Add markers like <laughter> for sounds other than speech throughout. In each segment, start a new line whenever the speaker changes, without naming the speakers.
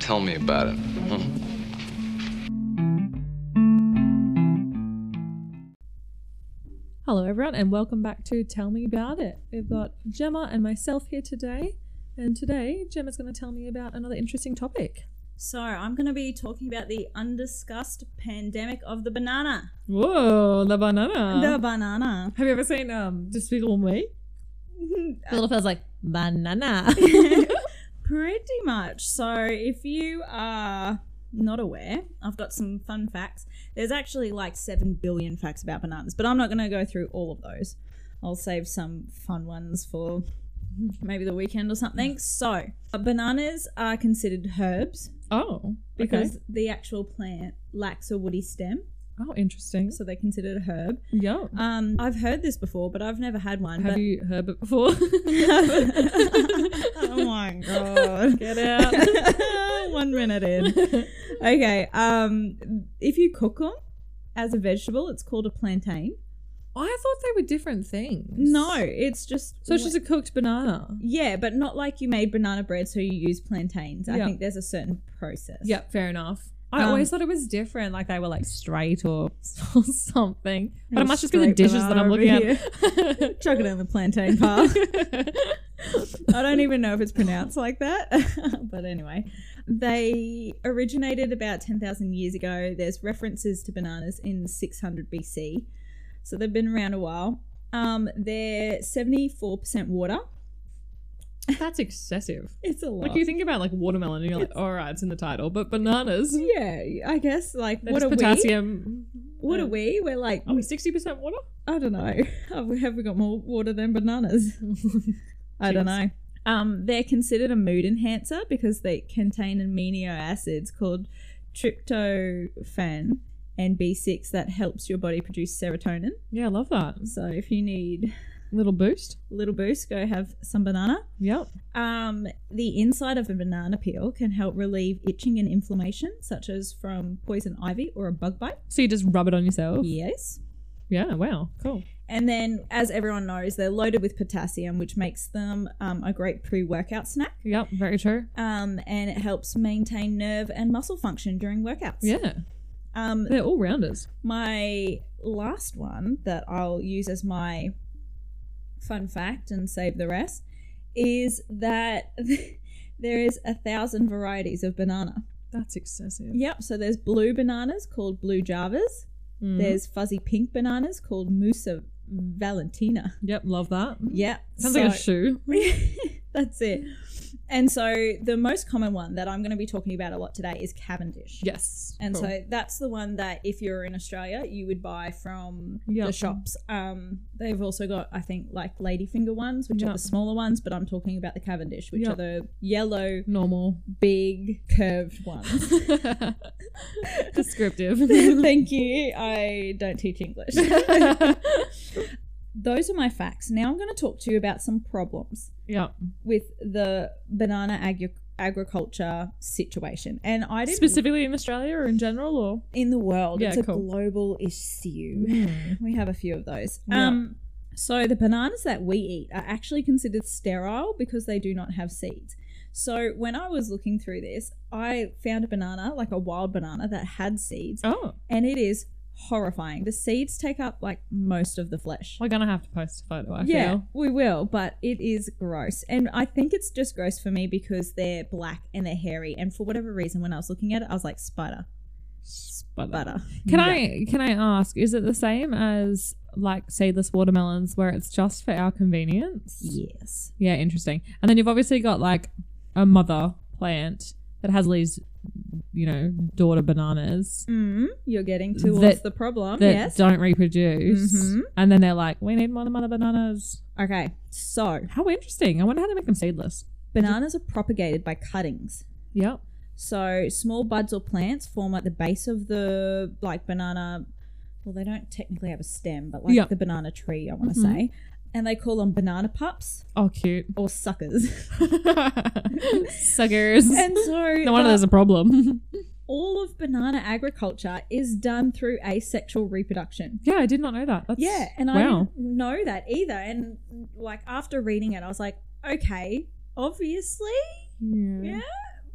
Tell me about it. Hmm.
Hello, everyone, and welcome back to Tell Me About It. We've got Gemma and myself here today, and today Gemma's going to tell me about another interesting topic.
So, I'm going to be talking about the undiscussed pandemic of the banana.
Whoa, the banana.
The banana.
Have you ever seen um Despicable Me? The little fella's like banana.
<laughs> Pretty much. So, if you are not aware, I've got some fun facts. There's actually like 7 billion facts about bananas, but I'm not going to go through all of those. I'll save some fun ones for maybe the weekend or something. So, uh, bananas are considered herbs
<laughs> oh,
because
okay.
the actual plant lacks a woody stem,
oh, interesting.
so they're considered a herb.
Yeah.
Um, I've heard this before, but I've never had one.
Have
but
you heard it <laughs> before?
<laughs> oh my
<laughs>
god.
Get out.
<laughs> One minute in. Okay. Um, if you cook them as a vegetable, it's called a plantain.
I thought they were different things.
No, it's just.
So it's just a cooked banana.
Yeah, but not like you made banana bread, so you use plantains. I
Yeah.
think there's a certain process.
Yep, fair enough. I
Um,
always thought it was different, like they were like straight or, <laughs> or something.
<laughs>
But
A
it must just be the
straight
dishes that I'm looking
banana over
at.
<laughs> Chuck it in
<laughs>
the plantain path. I don't even know if it's pronounced like that. <laughs> but anyway, they originated about 10,000 years ago. There's references to bananas in 600 BC. So they've been around a while. Um, they're 74% water.
That's excessive.
It's a lot.
Like you think about like watermelon, and you're like, all right, it's in the title, but bananas.
yeah, I guess. Like,
They're
what
just
are we?
potassium.
What are we? We're like,
Are we sixty percent
<laughs>
water?
I don't know. Have we, have we got more water than bananas? I don't
Jeez.
know. Um, they're considered a mood enhancer because they contain amino acids called tryptophan and B6 that helps your body produce serotonin.
Yeah, I love that
So if you need
little boost.
a little boost, go have some banana.
Yep.
Um, the inside of a banana peel can help relieve itching and inflammation, such as from poison ivy or a bug bite.
So you just rub it on yourself.
Yes.
Yeah. Wow. Cool.
And then, as everyone knows, they're loaded with potassium, which makes them um, a great pre workout snack.
Yep. Very true.
Um, and it helps maintain nerve and muscle function during workouts.
Yeah.
Um,
They're all rounders.
my last one that I'll use as my fun fact and save the rest is that <laughs> there is a thousand varieties of banana.
That's excessive.
Yep. So there's blue bananas called blue javas.
Mm.
There's fuzzy pink bananas called Musa Valentina.
Yep. Love that.
Yep.
Mm-hmm. Sounds
so-
like a shoe.
<laughs> That's it. And so the most common one that I'm going to be talking about a lot today is Cavendish.
Yes.
And
Cool.
so that's the one that if you're in Australia, you would buy from
Yeah.
the shops. Um, they've also got, I think, like ladyfinger ones, which
Yeah.
are the smaller ones, but I'm talking about the Cavendish, which
Yeah.
are the yellow, <laughs>
normal.
big, curved ones.
<laughs> Descriptive.
<laughs> Thank you. I don't teach English.
<laughs>
Those are my facts. Now I'm going to talk to you about some problems.
yeah.
with the banana agri- agriculture situation. And I didn't
Specifically in Australia or in general or
in the world.
Yeah,
it's a
cool. Mm-hmm.
global issue. We have a few of those.
Yeah.
Um so the bananas that we eat are actually considered sterile because they do not have seeds. So when I was looking through this, I found a banana, like a wild banana that had seeds,
Oh,
and it is horrifying. The seeds take up like most of the flesh.
we're gonna have to post a photo. I
yeah,
feel.
we will, but it is gross. And I think it's just gross for me because they're black and they're hairy. And for whatever reason, when I was looking at it, I was like, spider,
Sputter.
butter.
Can I can I ask? Is it the same as like seedless watermelons, where it's just for our convenience?
Yes.
Yeah, interesting. And then you've obviously got like a mother plant that has these, you know, daughter bananas
Mm, you're getting towards
That-
the problem.
that
Oh, yes.
don't reproduce,
Mhm.
and then they're like, we need mother mother bananas.
Okay. So
How interesting! I wonder how they make them seedless.
bananas are propagated by cuttings.
Yep.
So small buds or plants form at the base of the like banana. Well, they don't technically have a stem, but like
Yeah.
the banana tree, I want to
Mhm.
say. And they call them banana pups
Oh, cute. <laughs>
or suckers.
Suckers.
and so
No wonder
the-
there's a problem. <laughs>
all of banana agriculture is done through asexual reproduction.
yeah, I did not know that. That's,
Yeah, and I
wow.
didn't know that either. And like after reading it, I was like, okay, obviously,
Yeah.
Yeah.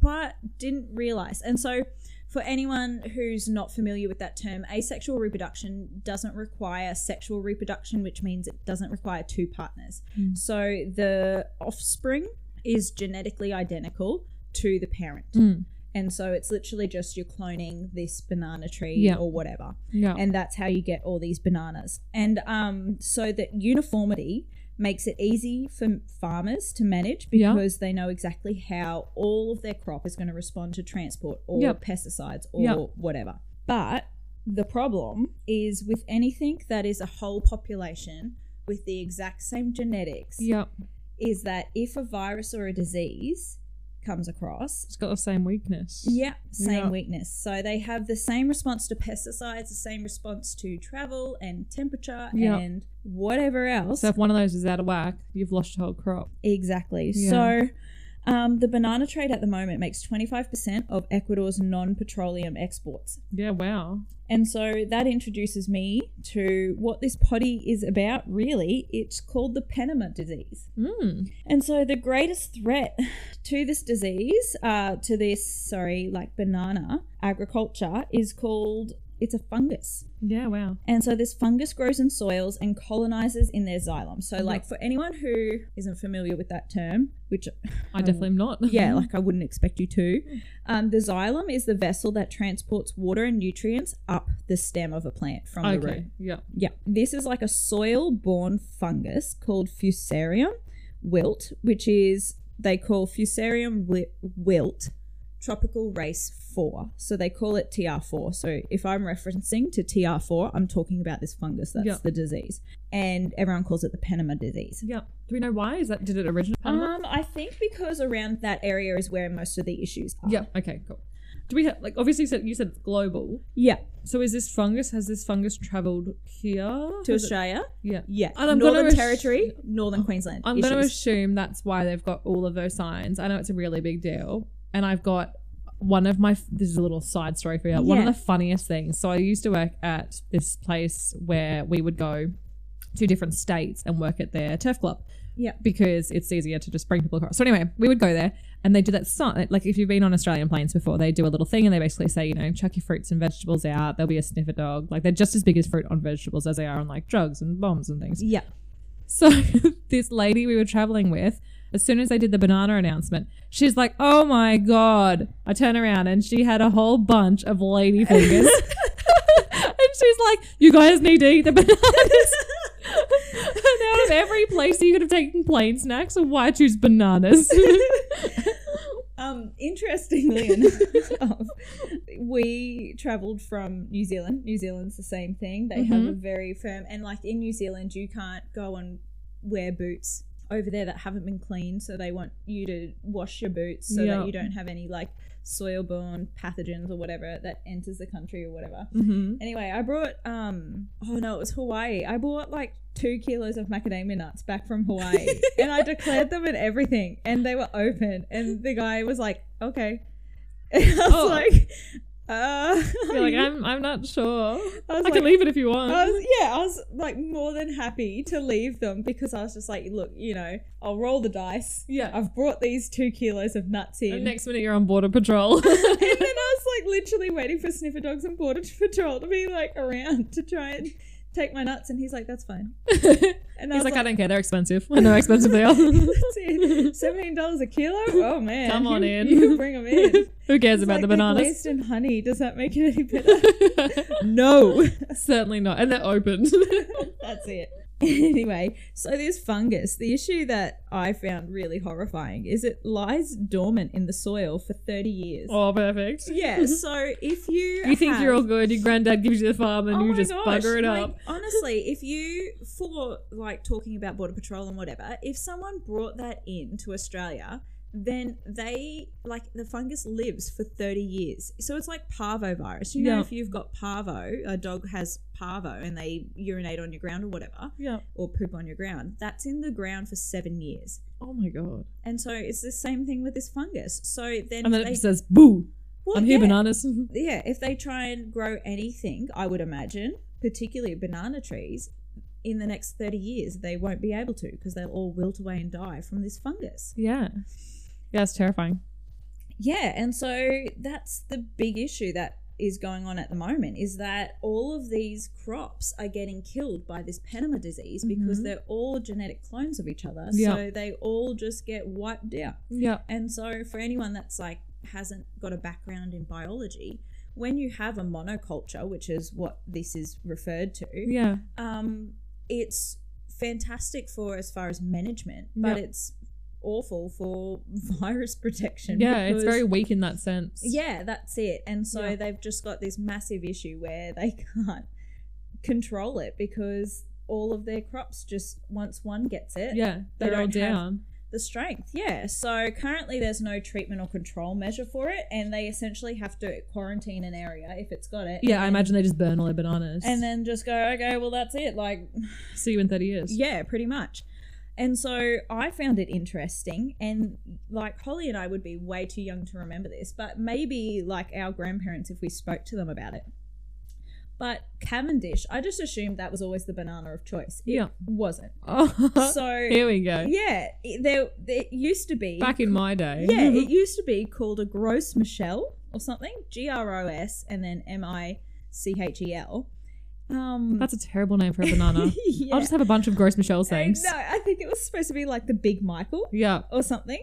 but didn't realize. And so, for anyone who's not familiar with that term, asexual reproduction doesn't require sexual reproduction, which means it doesn't require two partners.
Mm.
So, the offspring is genetically identical to the parent.
Mm.
And so, it's literally just you're cloning this banana tree
Yeah.
or whatever
Yeah.
and that's how you get all these bananas. And um, so that uniformity makes it easy for farmers to manage
Yeah.
because they know exactly how all of their crop is going to respond to transport or
Yep.
pesticides or
Yep.
whatever. But the problem is with anything that is a whole population with the exact same genetics
yeah.
is that if a virus or a disease comes across
It's got the same weakness.
yeah, same
Yeah.
weakness. So they have the same response to pesticides, the same response to travel and temperature
Yeah.
and whatever else.
So if one of those is out of whack, you've lost your whole crop.
exactly.
Yeah.
So um, the banana trade at the moment makes 25% of Ecuador's non petroleum exports.
Yeah. Wow.
And so that introduces me to what this potty is about, really. It's called the Panama disease.
Mm.
And so the greatest threat <sighs> to this disease, uh, to this, sorry, like banana agriculture is called, it's a fungus.
Yeah. Wow.
And so this fungus grows in soils and colonizes in their xylem. So, like, for anyone who isn't familiar with that term, which,
I definitely am not.
Um,
<laughs>
yeah, like I wouldn't expect you to, um, the xylem is the vessel that transports water and nutrients up the stem of a plant from the root.
okay. Yeah.
Yeah. This is like a soil borne fungus called Fusarium wilt, which is they call Fusarium wi- wilt tropical race 4. So they call it TR4. So if I'm referencing to TR4, I'm talking about this fungus. That's
Yeah.
the disease. And everyone calls it the Panama disease.
Yeah. Do we know why? Is that did it originate? in Panama?
Um, I think because around that area is where most of the issues are.
yeah. Okay. Cool. Do we have like obviously you said you said it's global.
Yeah.
So is this fungus? Has this fungus travelled here
To
Has it-
Australia.
Yeah.
Yeah.
And I'm gonna
Northern
ass-
Territory, Northern Queensland.
I'm going to
issues.
assume that's why they've got all of those signs. I know it's a really big deal. And I've got one of my, this is a little side story for you, one of
Yeah.
the funniest things. So I used to work at this place where we would go to different states and work at their turf club.
Yeah.
Because it's easier to just bring people across. So anyway, we would go there and they do that sign. Like if you've been on Australian planes before, they do a little thing and they basically say, you know, chuck your fruits and vegetables out. There'll be a sniffer dog. Like they're just as big as fruit on vegetables as they are on like drugs and bombs and things.
Yeah.
So <laughs> this lady we were traveling with, as soon as they did the banana announcement, she's like, "Oh my god!" I turn around and she had a whole bunch of lady
<laughs>
fingers, and she's like, "You guys need to eat the bananas." <laughs> and out of every place you could have taken plain snacks, why choose
<laughs>
bananas?
Um, interestingly enough, <laughs> we travelled from New Zealand. New Zealand's the same thing. They have a very firm and like in New Zealand, you can't go and wear boots over there that haven't been cleaned. So they want you to wash your boots so
Yeah.
that you don't have any like soil-borne pathogens or whatever that enters the country or whatever.
mm-hmm.
Anyway, I brought um oh no, it was Hawaii. I bought like two kilos of macadamia nuts back
<laughs>
from Hawaii and I declared them and everything and they were open and the guy was like, Okay. <laughs> And I was
Oh.
like, uh
You're like, I'm, I'm not sure.
<laughs> I
I
was
can
like,
leave it if you want.
I was, yeah, I was like more than happy to leave them because I was just like, look, you know, I'll roll the dice.
yeah.
I've brought these two kilos of nuts in.
And next minute you're on border patrol.
and then I was like literally waiting for sniffer dogs and border <laughs> patrol to be like around to try and take my nuts, and he's like, "That's fine."
<laughs> He's
<laughs> And
like, I don't care. They're expensive. <laughs> I know how expensive they
<laughs>
are.
"That's it. Seventeen dollars a kilo? Oh man,
Come on
you,
in.
you
<laughs>
bring them in." It's
Who cares about
like
the
they're
bananas?
glazed in honey. Does that make it any better? <laughs> no,
<laughs> Certainly not. And they're
<laughs>
open.
that's it. <laughs> Anyway, so this fungus, the issue that I found really horrifying is it lies dormant in the soil for 30 years.
oh, perfect. <laughs>
Yeah, so if you
You think
have-
you're all good, your granddad gives you the farm and
Oh
you
my
just
gosh,
bugger it
like,
up. <laughs>
honestly, if you for like talking about border patrol and whatever, if someone brought that in to Australia, then they like the fungus lives for 30 years. So it's like parvo virus. You know,
Yeah.
if you've got parvo, a dog has parvo and they urinate on your ground or whatever,
Yeah.
or poop on your ground, that's in the ground for seven years.
Oh my god.
And so it's the same thing with this fungus. So then,
And then it
if they,
just says, boo,
Well,
I'm here,
Oh, yeah
bananas. <laughs>
yeah, if they try and grow anything, I would imagine, particularly banana trees, in the next 30 years, they won't be able to because they'll all wilt away and die from this fungus.
yeah. Yeah, it's terrifying.
Yeah, and so that's the big issue that is going on at the moment is that all of these crops are getting killed by this Panama disease because
Mhm.
they're all genetic clones of each other.
Yeah.
So they all just get wiped out.
Yeah.
And so for anyone that's like hasn't got a background in biology, when you have a monoculture, which is what this is referred to,
Yeah.
um, it's fantastic for as far as management, but
Yeah.
it's awful for <laughs> virus protection.
Yeah. It's
because-
very weak in that sense.
yeah, that's it. And so
Yeah.
they've just got this massive issue where <laughs> they can't control it because all of their crops just once one gets it,
Yeah.
They
They're all
don't have-
down.
the strength. Yeah. So currently there's no treatment or control measure for it, and they essentially have to quarantine an area if it's got it.
yeah. I
and then-
imagine they just burn all their bananas.
And then just go, okay, well that's it. Like
see you in 30 years.
yeah, pretty much. And so I found it interesting, and like Holly and I would be way too young to remember this, but maybe like our grandparents if we spoke to them about it. But Cavendish, I just assumed that was always the banana of choice. It
Yeah.
wasn't.
<laughs> Oh,
So
here we go.
yeah, it, there it used to be
Back in my day.
yeah,
<laughs>
it used to be called a gross Michelle or something, G R O S, and then M I C H E L. Um, <laughs>
That's a terrible name for a banana.
yeah.
I'll just have a bunch of gross Michelle
Uh,
things.
No, I think it was supposed to be like the Big Michael
Yeah.
or something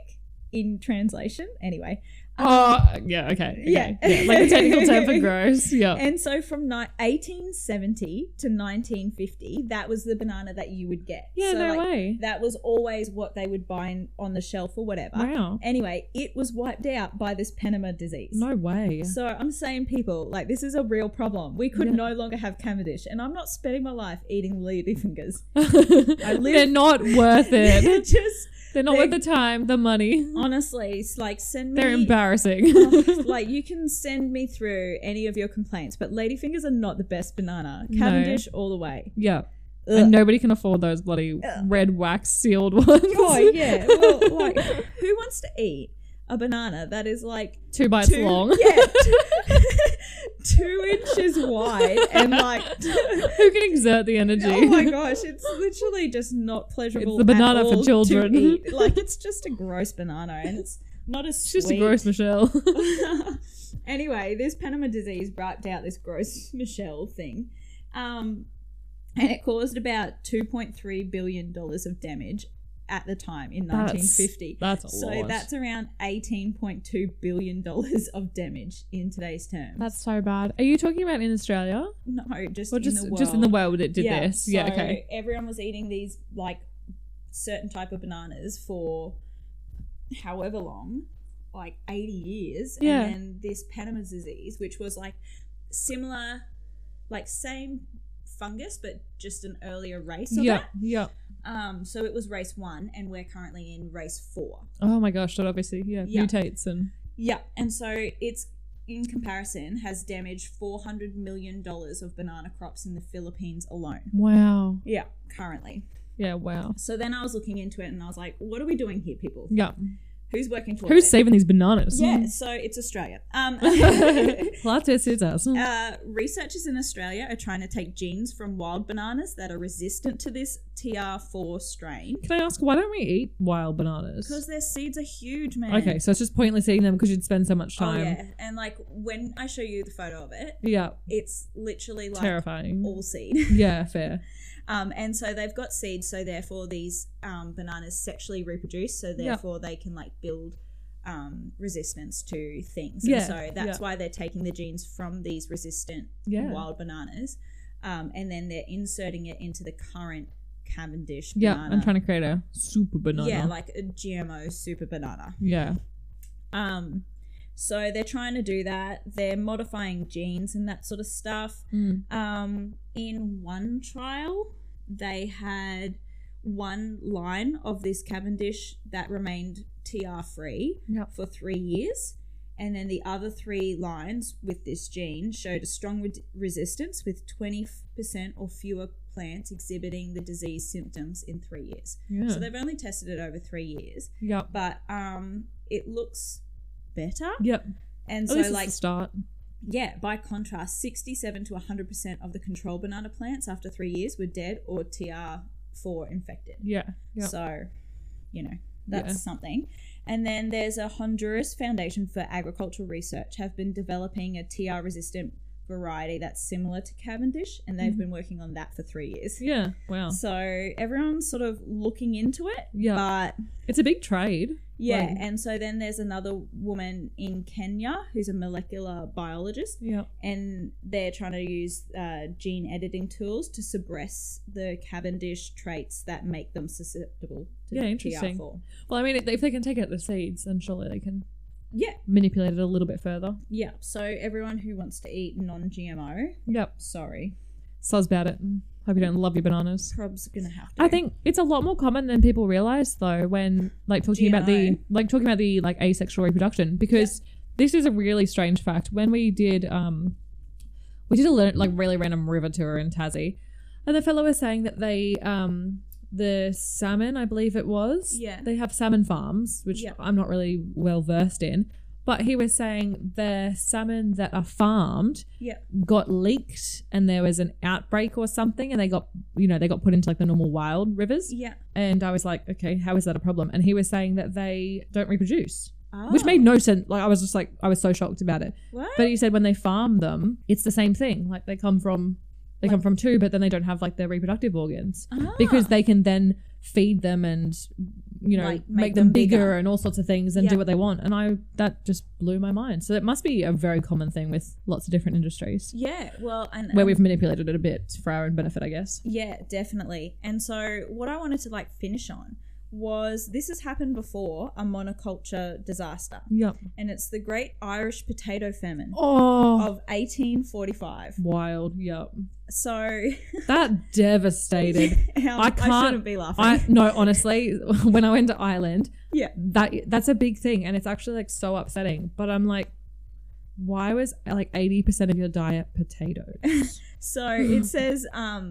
in translation. Anyway, Um,
Oh, yeah. Okay.
yeah.
okay. yeah. Like the technical term
<laughs>
for gross. Yeah.
and so from ni- 1870 to 1950, that was the banana that you would get.
Yeah.
so
no
like,
way.
That was always what they would buy in, on the shelf or whatever.
Wow.
Anyway, it was wiped out by this Panama disease.
No way. <laughs>
So I'm saying, people, like this is a real problem. We could
Yeah.
no longer have Cavendish, and I'm not spending my life eating lady
<laughs>
fingers.
They're not worth
<laughs>
it.
just
They're not
They-
worth the time, the money.
honestly, it's like send
<laughs>
me.
They're
<laughs>
embarrassing.
Oh, like you can send me through any of your complaints, but lady fingers are not the best banana.
No.
Cavendish all the way.
<laughs> yeah.
Ugh.
And nobody can afford those bloody
Ugh.
red wax sealed ones.
uh, Oh <laughs> yeah. Well, like who wants to eat a banana that is like
<laughs> Two bites
two,
Oh,
<laughs>
long. <laughs>
Yeah, two, two <laughs> inches wide and
<laughs>
like.
Who can exert the energy?
Oh
<laughs>
my gosh, it's literally just not pleasurable.
the
at
banana for
all to
children. <laughs>
eat. Like it's just a gross banana, and it's not as
It's just
sweet.
a gross
<laughs>
Michelle. <laughs>
anyway, this Panama disease wiped out this gross <laughs> Michelle thing. Um, and it caused about $2.3 billion of damage at the time in
That's
1950.
That's a
so
lot.
that's around $18.2 billion of damage in today's terms.
That's so bad. Are you talking about in Australia?
no, just,
Or
in
just
the world.
just in the world it did
Yeah,
this? Yeah,
so
okay.
Everyone was eating these like certain type of bananas for however long, like eighty years,
Yeah.
and then this Panama disease, which was like similar, like same fungus, but just an earlier race. Of
Yeah,
It.
yeah.
Um. So it was race one, and we're currently in race four.
Oh my gosh, that obviously yeah,
Yeah.
mutates and
Yeah, and so it's in comparison has damaged four hundred million dollars of banana crops in the Philippines alone.
wow.
Yeah, currently.
Yeah, wow.
So then I was looking into it and I was like, what are we doing here, people?
Yeah.
Who's working towards
Who's
it?
saving these bananas?
Yeah, so it's Australia. Um,
<laughs>
<laughs>
Plot twist is us.
uh, researchers in Australia are trying to take genes from wild bananas that are resistant to this TR4 strain
Can I ask why don't we eat wild
because
bananas?
their seeds are huge, man.
Okay, so it's just pointless eating them because you'd spend so much
Oh,
time.
yeah. And like when I show you the photo of it,
Yeah,
it's literally like
terrifying.
all seed. <laughs>
Yeah, fair.
Um, and so they've got seeds, so therefore these um, bananas sexually reproduce, so therefore they can like build um, resistance to things.
Yeah,
And so that's
yeah.
why they're taking the genes from these resistant
Yeah.
wild bananas, um, and then they're inserting it into the current Cavendish
Yeah,
banana.
I'm trying to create a super banana.
Yeah, like a GMO super banana.
yeah.
Um, so they're trying to do that. They're modifying genes and that sort of stuff.
Mm.
Um, in one trial, they had one line of this Cavendish that remained TR free
Yep.
for three years. And then the other three lines with this gene showed a strong re- resistance with 20% or fewer plants exhibiting the disease symptoms in three years.
Yeah.
So they've only tested it over three years,
yep.
but um, it looks better.
Yep.
And
At
so,
least it's
like,
the start.
yeah, by contrast, 67 to 100% of the control banana plants after three years were dead or TR4 infected.
Yeah. Yeah.
So, you know, That's
Yeah.
something. And then there's a Honduras Foundation for Agricultural Research have been developing a TR resistant variety that's similar to Cavendish, and they've
Mhm.
been working on that for three years.
Yeah. Wow.
So everyone's sort of looking into it,
Yeah.
but
it's a big trade.
yeah.
Right.
And so then there's another woman in Kenya who's a molecular biologist,
Yeah.
and they're trying to use uh, gene editing tools to suppress the Cavendish traits that make them susceptible to
Yeah, interesting.
TR4.
Well, I mean, if they can take out the seeds, then surely they can
Yeah,
manipulate it a little bit further.
yeah. So everyone who wants to eat non-GMO,
Yep.
sorry,
Soz about it. Hope you don't love your bananas.
prob's gonna have to.
I think it's a lot more common than people realize, though, when like talking about the
GMO.
like talking about the like asexual reproduction, because this is a really strange fact. When we did um, we did a le- like really random river tour in Tassie, and the fellow was saying that they um the salmon, I believe it was,
Yeah.
they have salmon farms, which
Yeah.
I'm not really well versed in, but he was saying the salmon that are farmed
Yeah.
got leaked and there was an outbreak or something and they got you know they got put into like the normal wild rivers
Yeah.
and i was like okay how is that a problem and he was saying that they don't reproduce which
Oh,
made no sense like i was just like i was so shocked about it
what?
but he said when they farm them it's the same thing like they come from they come from two but then they don't have like their reproductive organs
Ah.
because they can then feed them and you know
Like,
make, them bigger,
bigger.
and all sorts of things and
Yeah.
do what they want and i that just blew my mind so that must be a very common thing with lots of different industries
yeah, well, and
where we've manipulated it a bit for our own benefit i guess
Yeah, definitely. And so what I wanted to like finish on was this has happened before a monoculture disaster
yep
and it's the great Irish potato famine
oh
of 1845.
wild
<laughs>
yep
So
that devastated
<laughs> how-
I
I
can't-
shouldn't be laughing.
I no, honestly, <laughs> when I went to Ireland,
Yeah.
that that's a big thing, and it's actually like so upsetting. But I'm like, why was like eighty percent of your diet
<laughs>
potatoes?
So
<laughs>
it says um,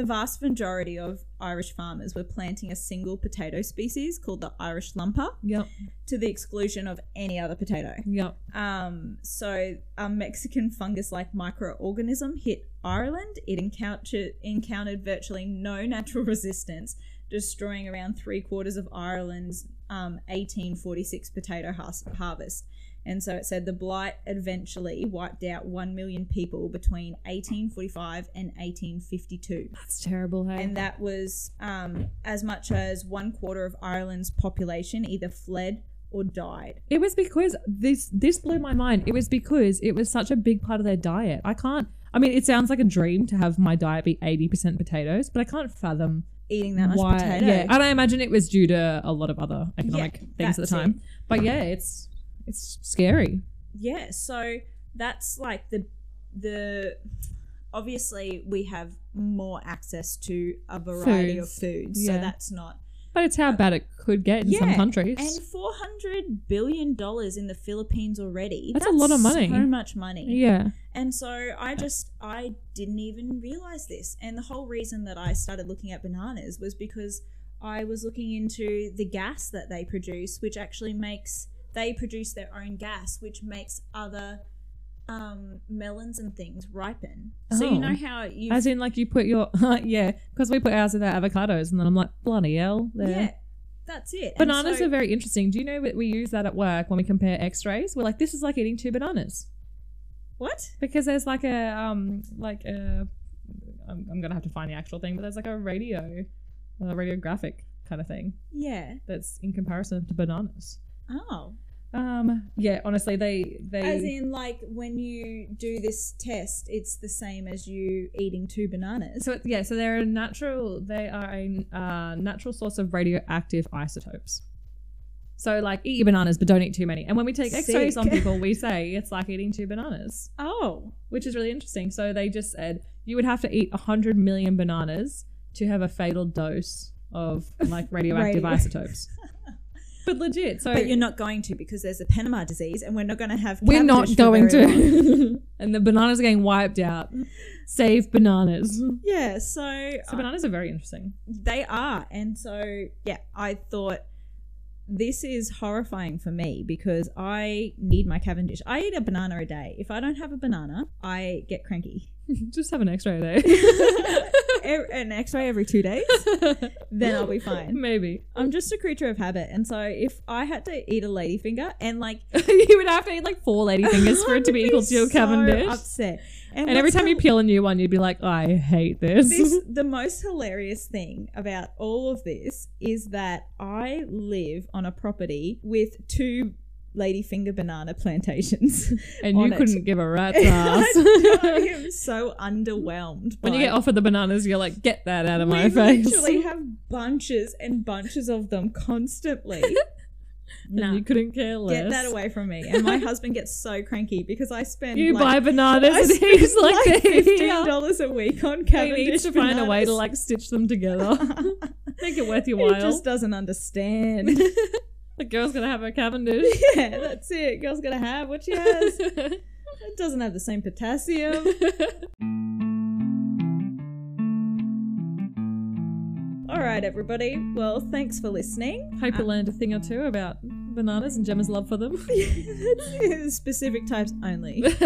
the vast majority of Irish farmers were planting a single potato species called the Irish lumper
yep,
to the exclusion of any other potato.
yep.
Um, so a Mexican fungus-like microorganism hit Ireland. It encountered encountered virtually no natural <laughs> resistance, destroying around three quarters of Ireland's um, 1846 potato has- harvest. And so it said the blight eventually wiped out one million people between 1845 and 1852,
That's terrible. Hey,
and that was um, as much as one quarter of Ireland's population either fled or died.
it was because this this blew my mind. It was because it was such a big part of their diet. I can't. I mean, it sounds like a dream to have my diet be eighty percent potatoes, but I can't fathom
Eating that much
why.
potato.
Yeah, and I imagine it was due to a lot of other economic things at the
that's
time. But yeah, it's it's scary.
yeah so that's like the the obviously we have more access to a variety
Foods.
of foods so
Yeah.
that's not
But it's how bad it could get in some
Yeah,
countries.
and 400 billion dollars in the philippines already
That's a lot of money.
so much money
yeah.
and so i just i didn't even realize this and the whole reason that i started looking at bananas was because i was looking into the gas that they produce which actually makes they produce their own gas which makes other um, melons and things ripen so
Oh.
you know how you
As in, like, you put your. <laughs> yeah. Because we put ours without avocados, and then I'm like, bloody hell. There.
yeah that's it And
Bananas
so-
are very interesting. Do you know that we use that at work when we compare x rays? We're like, this is like eating two bananas.
what
Because there's like a. um Like a. I'm, I'm going to have to find the actual thing, but there's like a radio. A radiographic kind of thing
yeah
that's in comparison to bananas.
oh
Um. Yeah, honestly, they. they
as in like when you do this test it's the same as you eating two bananas
So it- yeah, so they're a natural. They are a uh, natural source of radioactive isotopes. So like, eat your bananas, but don't eat too many. And when we take X-rays
Sick.
on people,
<laughs>
we say it's like eating two bananas,
oh
which is really interesting. So they just said you would have to eat hundred million bananas to have a fatal dose of
<laughs>
like radioactive
Radio-
isotopes. But legit, so
But you're not going to because there's the Panama disease, and we're not going to have.
Oh. we're not
Cavendish for
going
very long.
to. <laughs> and the bananas are getting wiped out. Save bananas.
<laughs>
Ah.
Yeah, so, uh,
So bananas are very interesting.
they are, and so yeah, I thought this is horrifying for me because I need my Cavendish. I eat a banana
<laughs>
a day. If I don't have a banana, I get cranky. <laughs>
Just have an X-ray day.
ev- an x-ray every two days, then I'll be fine.
<laughs> Maybe. <laughs>
I'm just a creature of habit, and so if I had to eat a ladyfinger and like
you would have to eat like four lady <laughs> fingers for it to be
I'd
equal to your
so
Cavendish.
Upset.
and every
what's
time you
hel-
peel a new one, you'd be like, I hate this. <laughs>
this, the most hilarious thing about all of this is that I live on a property with two ladyfinger banana plantations. <laughs>
and you
on it.
couldn't give
<laughs>
a rat's ass.
I am so underwhelmed.
<laughs> when you
by
get offered the bananas, you're like, get that out of my
we
face.
literally have bunches and bunches of
<laughs>
them constantly.
<laughs> And
nah,
you couldn't care less.
get that away from me. And my husband gets so cranky because I spend
You buy <laughs>
like, I
bananas and
spend
he's like,
<laughs> like
"They're <laughs>
fifteen
here."
dollars a week on
He
Cavendish.
needs to find a way to
bananas.
like stitch them together. <laughs> Make it worth your
<laughs>
<laughs>
he
while.
just doesn't understand. <laughs>
The girl's gonna have her Cavendish.
yeah, that's it. Girl's gonna
<laughs>
have what she has. It doesn't have the same potassium. All right, everybody. Well, thanks for listening. <laughs>
Hope you learned a thing or two about bananas and Gemma's love for them.
Specific types only.
<laughs>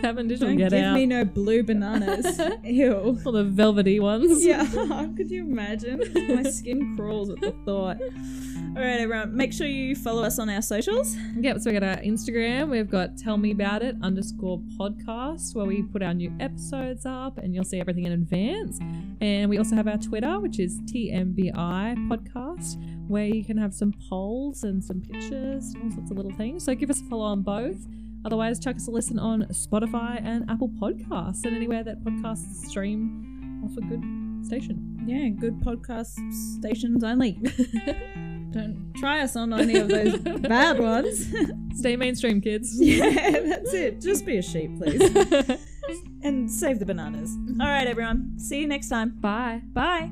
Cavendish will
Don't
get
give
out.
me no
<laughs>
blue bananas. Ew.
All the velvety ones.
Yeah, <laughs> could you imagine? My skin crawls at the thought. All right, everyone. Make sure you follow us on our socials.
Yep, so we got our Instagram. We've got tell me about it underscore podcast where we put our new episodes up and you'll see everything in advance. And we also have our Twitter, which is TMBI podcast, where you can have some polls and some pictures and all sorts of little things. So give us a follow on both. Otherwise, chuck us a listen on Spotify and Apple Podcasts and anywhere that podcasts stream off a good station.
Yeah, good podcast stations only.
<laughs>
Don't try us on any of those bad ones. <laughs>
Stay mainstream, kids. <laughs>
yeah, that's it. Just be a sheep, please.
Mm-hmm.
And save the bananas. All right, everyone. See you next time.
Bye.
Bye.